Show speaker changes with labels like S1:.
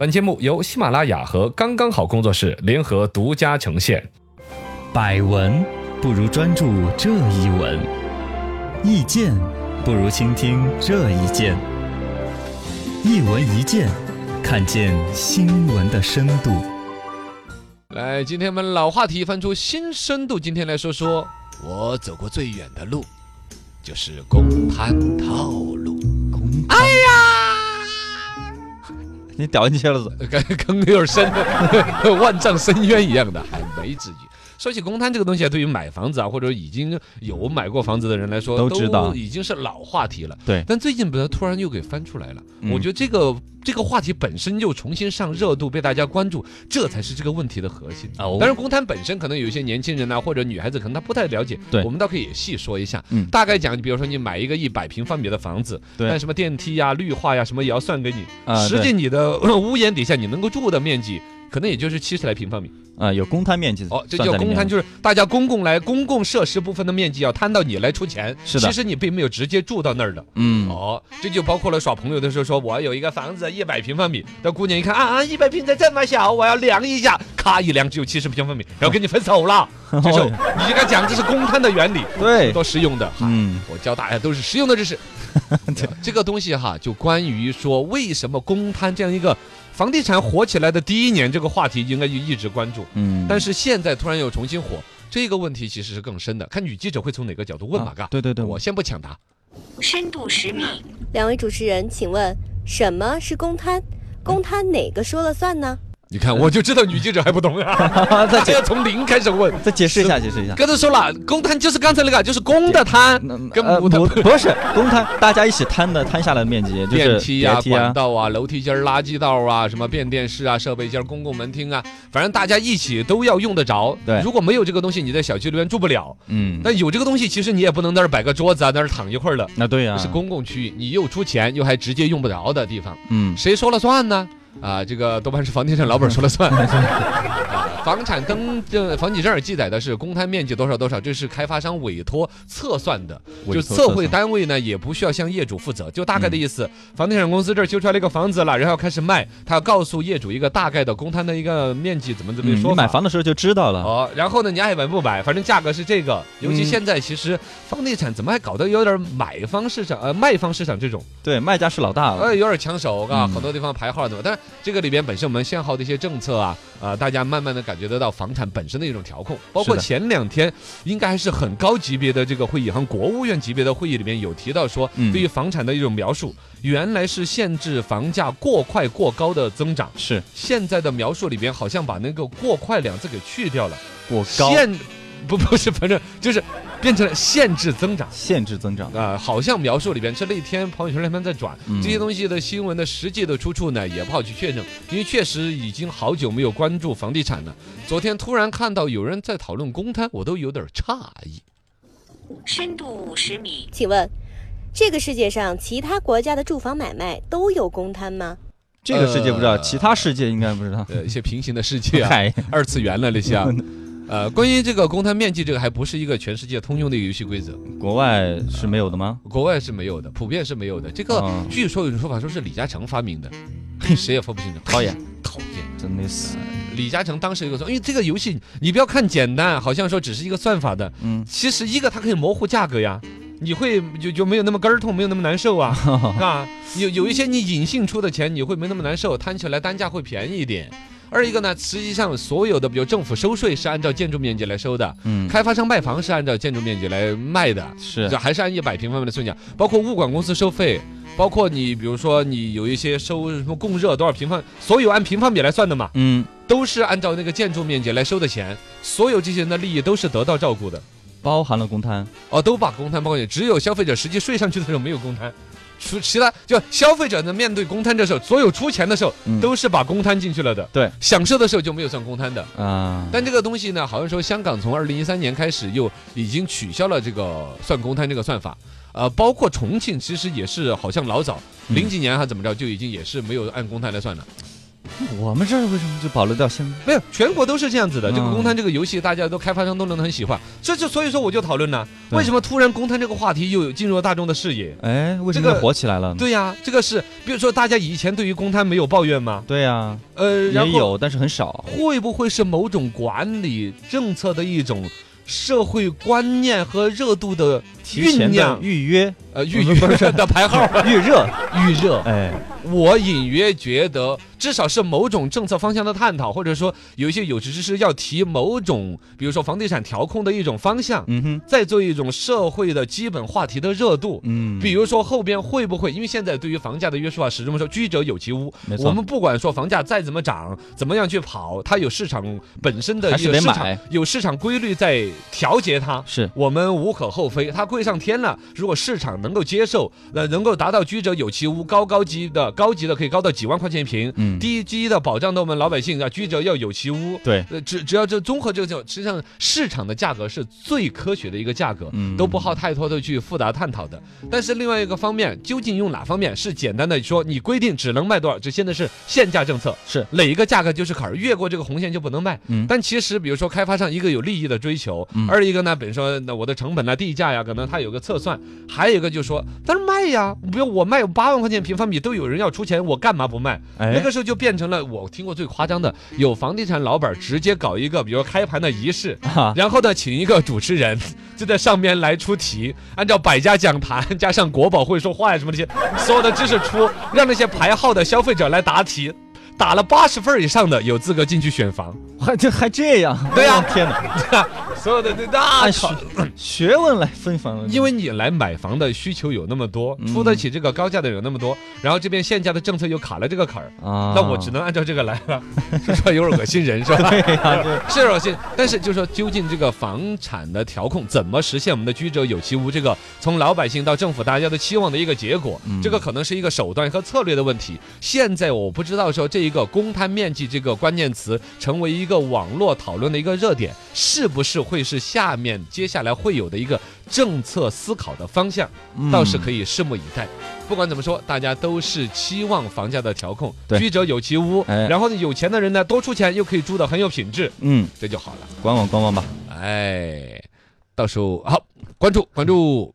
S1: 本节目由喜马拉雅和刚刚好工作室联合独家呈现。
S2: 百闻不如专注这一闻，意见不如倾听这一见。一闻一见，看见新闻的深度。
S3: 来，今天我们老话题翻出新深度，今天来说说 我走过最远的路，就是公摊套路。
S2: 哎呀，你掉进去了
S3: 呃跟跟有点深， 万丈深渊一样的，还没至于。说起公摊这个东西啊，对于买房子啊，或者已经有买过房子的人来说，
S2: 都知道
S3: 已经是老话题了。
S2: 对
S3: 但最近不是突然又给翻出来了，
S2: 嗯
S3: 我觉得这个这个话题本身又重新上热度，被大家关注，这才是这个问题的核心。
S2: 哦
S3: 当然，公摊本身可能有一些年轻人啊，或者女孩子可能她不太了解，
S2: 对
S3: 我们倒可以也细说一下。
S2: 嗯
S3: 大概讲，比如说你买一个一百平方米的房子，
S2: 对
S3: 但什么电梯呀、绿化呀、什么也要算给你。
S2: 啊
S3: 实
S2: 对
S3: 际你的 屋檐底下你能够住的面积。可能也就是七十来平方米
S2: 啊！有公摊面积
S3: 哦，这
S2: 算
S3: 叫
S2: 在里
S3: 公摊，
S2: 面
S3: 就是大家公共来公共设施部分的面积要摊到你来出钱，
S2: 是的
S3: 其实你并没有直接住到那儿的
S2: 嗯，
S3: 哦，这就包括了耍朋友的时候说我有一个房子一百平方米，那姑娘一看啊啊一百平才这么小，我要量一下，咔一量只有七十平方米，然后跟你分手 了，这是你就该讲这是公摊的原理，
S2: 哦对，
S3: 多实用的。
S2: 嗯，
S3: 我教大家都是实用的知 识。这个东西哈，就关于说为什么公摊这样一个房地产火起来的第一年，这个话题应该就一直关注。
S2: 嗯，
S3: 但
S2: 是
S3: 是现在突然又重新火，这个问题其实是更深的，看女记者会从哪个角度问嘛？嘎，
S2: 啊对对对，
S3: 我先不抢答。
S4: 深度十米，
S5: 两位主持人，请问什么是公摊？公摊哪个说了算呢？
S3: 你看，我就知道女记者还不懂 啊，
S2: 再
S3: 这
S2: 解
S3: 要从零开始问。
S2: 再解释一下，解释一下。
S3: 刚才说了，公摊就是刚才那个，就是公的摊，
S2: 那
S3: 跟
S2: 呃
S3: 母
S2: 不
S3: 的
S2: 不是公摊，大家一起摊的摊下来的面积，也就是
S3: 电梯啊、
S2: 阶梯啊
S3: 管，道啊、楼梯间儿、垃圾道啊、什么变电室啊、设备间儿、公共门厅啊，反正大家一起都要用得着。
S2: 对
S3: 如果没有这个东西，你在小区里面住不了。
S2: 嗯，
S3: 但有这个东西，其实你也不能在那儿摆个桌子啊，在那儿躺一会儿的。
S2: 那对呀，啊
S3: 这是公共区域，你又出钱又还直接用不着的地方，
S2: 嗯，
S3: 谁说了算呢？啊，这个多半是房地产老板说了 算。啊房产登这房企证儿记载的是公摊面积多少多少，这是开发商委托测算的。就测绘单位呢，也不需要向业主负责，就大概
S2: 嗯
S3: 的意思。房地产公司这儿修出来了一个房子了，然后开始卖，他要告诉业主一个大概的公摊的一个面积怎么怎么
S2: 嗯，
S3: 说
S2: 你买
S3: 法。
S2: 房的时候就知道了。
S3: 哦，然后呢？你爱买不买，反正价格是这个。尤其
S2: 嗯
S3: 现在，其实房地产怎么还搞得有点买方市场、呃卖方市场这种，
S2: 对，卖家是老大了。
S3: 呃，有点抢手啊，
S2: 嗯
S3: 很多地方排号怎么？但是这个里边本身我们限号的一些政策啊，啊，大家慢慢的感觉得到房产本身的一种调控。包
S2: 是
S3: 括
S2: 的
S3: 前两天应该还是很高级别的这个会议，好像国务院级别的会议里面有提到说，
S2: 嗯
S3: 对于房产的一种描述，原来是限制房价过快过高的增长，
S2: 是
S3: 现在的描述里边好像把那个“过快”两字给去掉了，
S2: 我高
S3: 限不不是，反正就是变成了限制增长。
S2: 限制增长，
S3: 啊、好像描述里边，这那天朋友圈那边在转、
S2: 嗯
S3: 这些东西的新闻的实际的出处呢，也不好去确认，因为确实已经好久没有关注房地产了。昨天突然看到有人在讨论公摊，我都有点诧异。
S4: 深度五十米，
S5: 请问，这个世界上其他国家的住房买卖都有公摊吗？
S2: 这个世界不知道，
S3: 呃
S2: 其他世界应该不知道。哎
S3: 呃，一些平行的世界 啊，
S2: 嗨，
S3: 二次元了那些啊。呃，关于这个公摊面积，这个还不是一个全世界通用的一个游戏规则，
S2: 国外是没有的吗？
S3: 国外是没有的，普遍是没有的。这个、
S2: 嗯
S3: 据说有种说法说是李嘉诚发明的，谁也分不清楚。
S2: 讨厌，
S3: 讨厌。
S2: 真的是，
S3: 李嘉诚当时有个说，因为这个游戏你不要看简单，好像说只是一个算法的，
S2: 嗯，
S3: 其实一个它可以模糊价格呀，你会就就没有那么根儿痛，没有那么难受 啊，啊，有有一些你隐性出的钱，你会没那么难受，摊起来单价会便宜一点。二一个呢，实际上所有的，比如政府收税是按照建筑面积来收的，
S2: 嗯，
S3: 开发商卖房是按照建筑面积来卖的，
S2: 是
S3: 就，还是按啊一百平方米的算讲，包括物管公司收费，包括你比如说你有一些收什么供热多少平方，所有按平方米来算的嘛。
S2: 嗯，
S3: 都是按照那个建筑面积来收的钱，所有这些人的利益都是得到照顾的。
S2: 包含了公摊，
S3: 哦，都把公摊包进去，只有消费者实际税上去的时候没有公摊，除其他就消费者呢面对公摊的时候，所有出钱的时候
S2: 嗯
S3: 都是把公摊进去了的，
S2: 对，
S3: 享受的时候就没有算公摊的。
S2: 啊，
S3: 但这个东西呢，好像说香港从二零一三年开始又已经取消了这个算公摊这个算法，呃，包括重庆其实也是好像老早
S2: 嗯
S3: 零几年还怎么着就已经也是没有按公摊来算了。
S2: 我们这儿为什么就保留到现在？
S3: 没有，全国都是这样子的。这个
S2: 嗯
S3: 公摊这个游戏，大家都开发商都弄得很喜欢，这就所以说我就讨论了，
S2: 对
S3: 为什么突然公摊这个话题又有进入了大众的视野？
S2: 哎，为什
S3: 这
S2: 么
S3: 个
S2: 就火起来了呢？
S3: 对呀、这个是，比如说大家以前对于公摊没有抱怨吗？
S2: 对呀，
S3: 呃，然
S2: 也
S3: 后
S2: 有，但是很少。
S3: 会不会是某种管理政策的一种社会观念和热度的
S2: 提
S3: 酝
S2: 前的
S3: 酿？
S2: 预约
S3: 呃，预约 的排号，
S2: 预热，
S3: 预热。
S2: 哎，
S3: 我隐约觉得，至少是某种政策方向的探讨，或者说有一些有识之士要提某种，比如说房地产调控的一种方向，
S2: 嗯哼，
S3: 再做一种社会的基本话题的热度。
S2: 嗯，
S3: 比如说后边会不会，因为现在对于房价的约束啊，始终说居者有其屋
S2: 没。错
S3: 我们不管说房价再怎么涨，怎么样去跑，它有市场本身的
S2: 还
S3: 一
S2: 是
S3: 个
S2: 得
S3: 市场
S2: 买，
S3: 有市场规律在调节它。
S2: 是
S3: 我们无可厚非，它贵上天了。如果市场能够接受，呃，能够达到居者有其屋，高高级的高级的可以高到几万块钱一平，
S2: 嗯
S3: 低低的保障到我们老百姓啊，居者要有其屋。
S2: 对，
S3: 呃，只只要这综合这个就，实际上市场的价格是最科学的一个价格，
S2: 嗯
S3: 都不耗太多的去复杂探讨的。但是另外一个方面，究竟用哪方面是简单的说，你规定只能卖多少，这现在是限价政策，
S2: 是
S3: 哪一个价格就是坎儿，越过这个红线就不能卖。
S2: 嗯
S3: 但其实比如说开发商一个有利益的追求，二一个呢，比如说那我的成本啊、地价呀、可能它有个测算，还有一个就说，但是卖呀，比如我卖八万块钱平方米都有人要出钱，我干嘛不卖？
S2: 哎
S3: 那个时候就变成了我听过最夸张的，有房地产老板直接搞一个，比如开盘的仪式，
S2: 哈，
S3: 然后呢，请一个主持人 就在上面来出题，按照百家讲坛加上国宝会说话呀什么那些所有的知识出，让那些排号的消费者来答题，打了八十分以上的有资格进去选房。
S2: 还这还这样？
S3: 对啊呀
S2: 我 的天哪，
S3: 所有的那那
S2: 按
S3: 吵
S2: 学学问来分房了，
S3: 因为你来买房的需求有那么多，出得起这个高价的有那么多，然后这边限价的政策又卡了这个坎儿，
S2: 啊，
S3: 那我只能按照这个来了，就说有点恶心人是吧？
S2: 对呀，对，
S3: 是恶心，但是就说究竟这个房产的调控怎么实现我们的居者有其屋，这个从老百姓到政府大家都期望的一个结果，
S2: 嗯
S3: 这个可能是一个手段和策略的问题。现在我不知道说这一个公摊面积这个关键词成为一个网络讨论的一个热点，是不是会是下面接下来会有的一个政策思考的方向？
S2: 嗯
S3: 倒是可以拭目以待。不管怎么说，大家都是期望房价的调控，
S2: 对
S3: 居者有其屋。
S2: 哎
S3: 然后呢，有钱的人呢，多出钱又可以住得很有品质，
S2: 嗯，
S3: 这就好了。
S2: 观望观望吧。
S3: 哎，到时候好关注关注。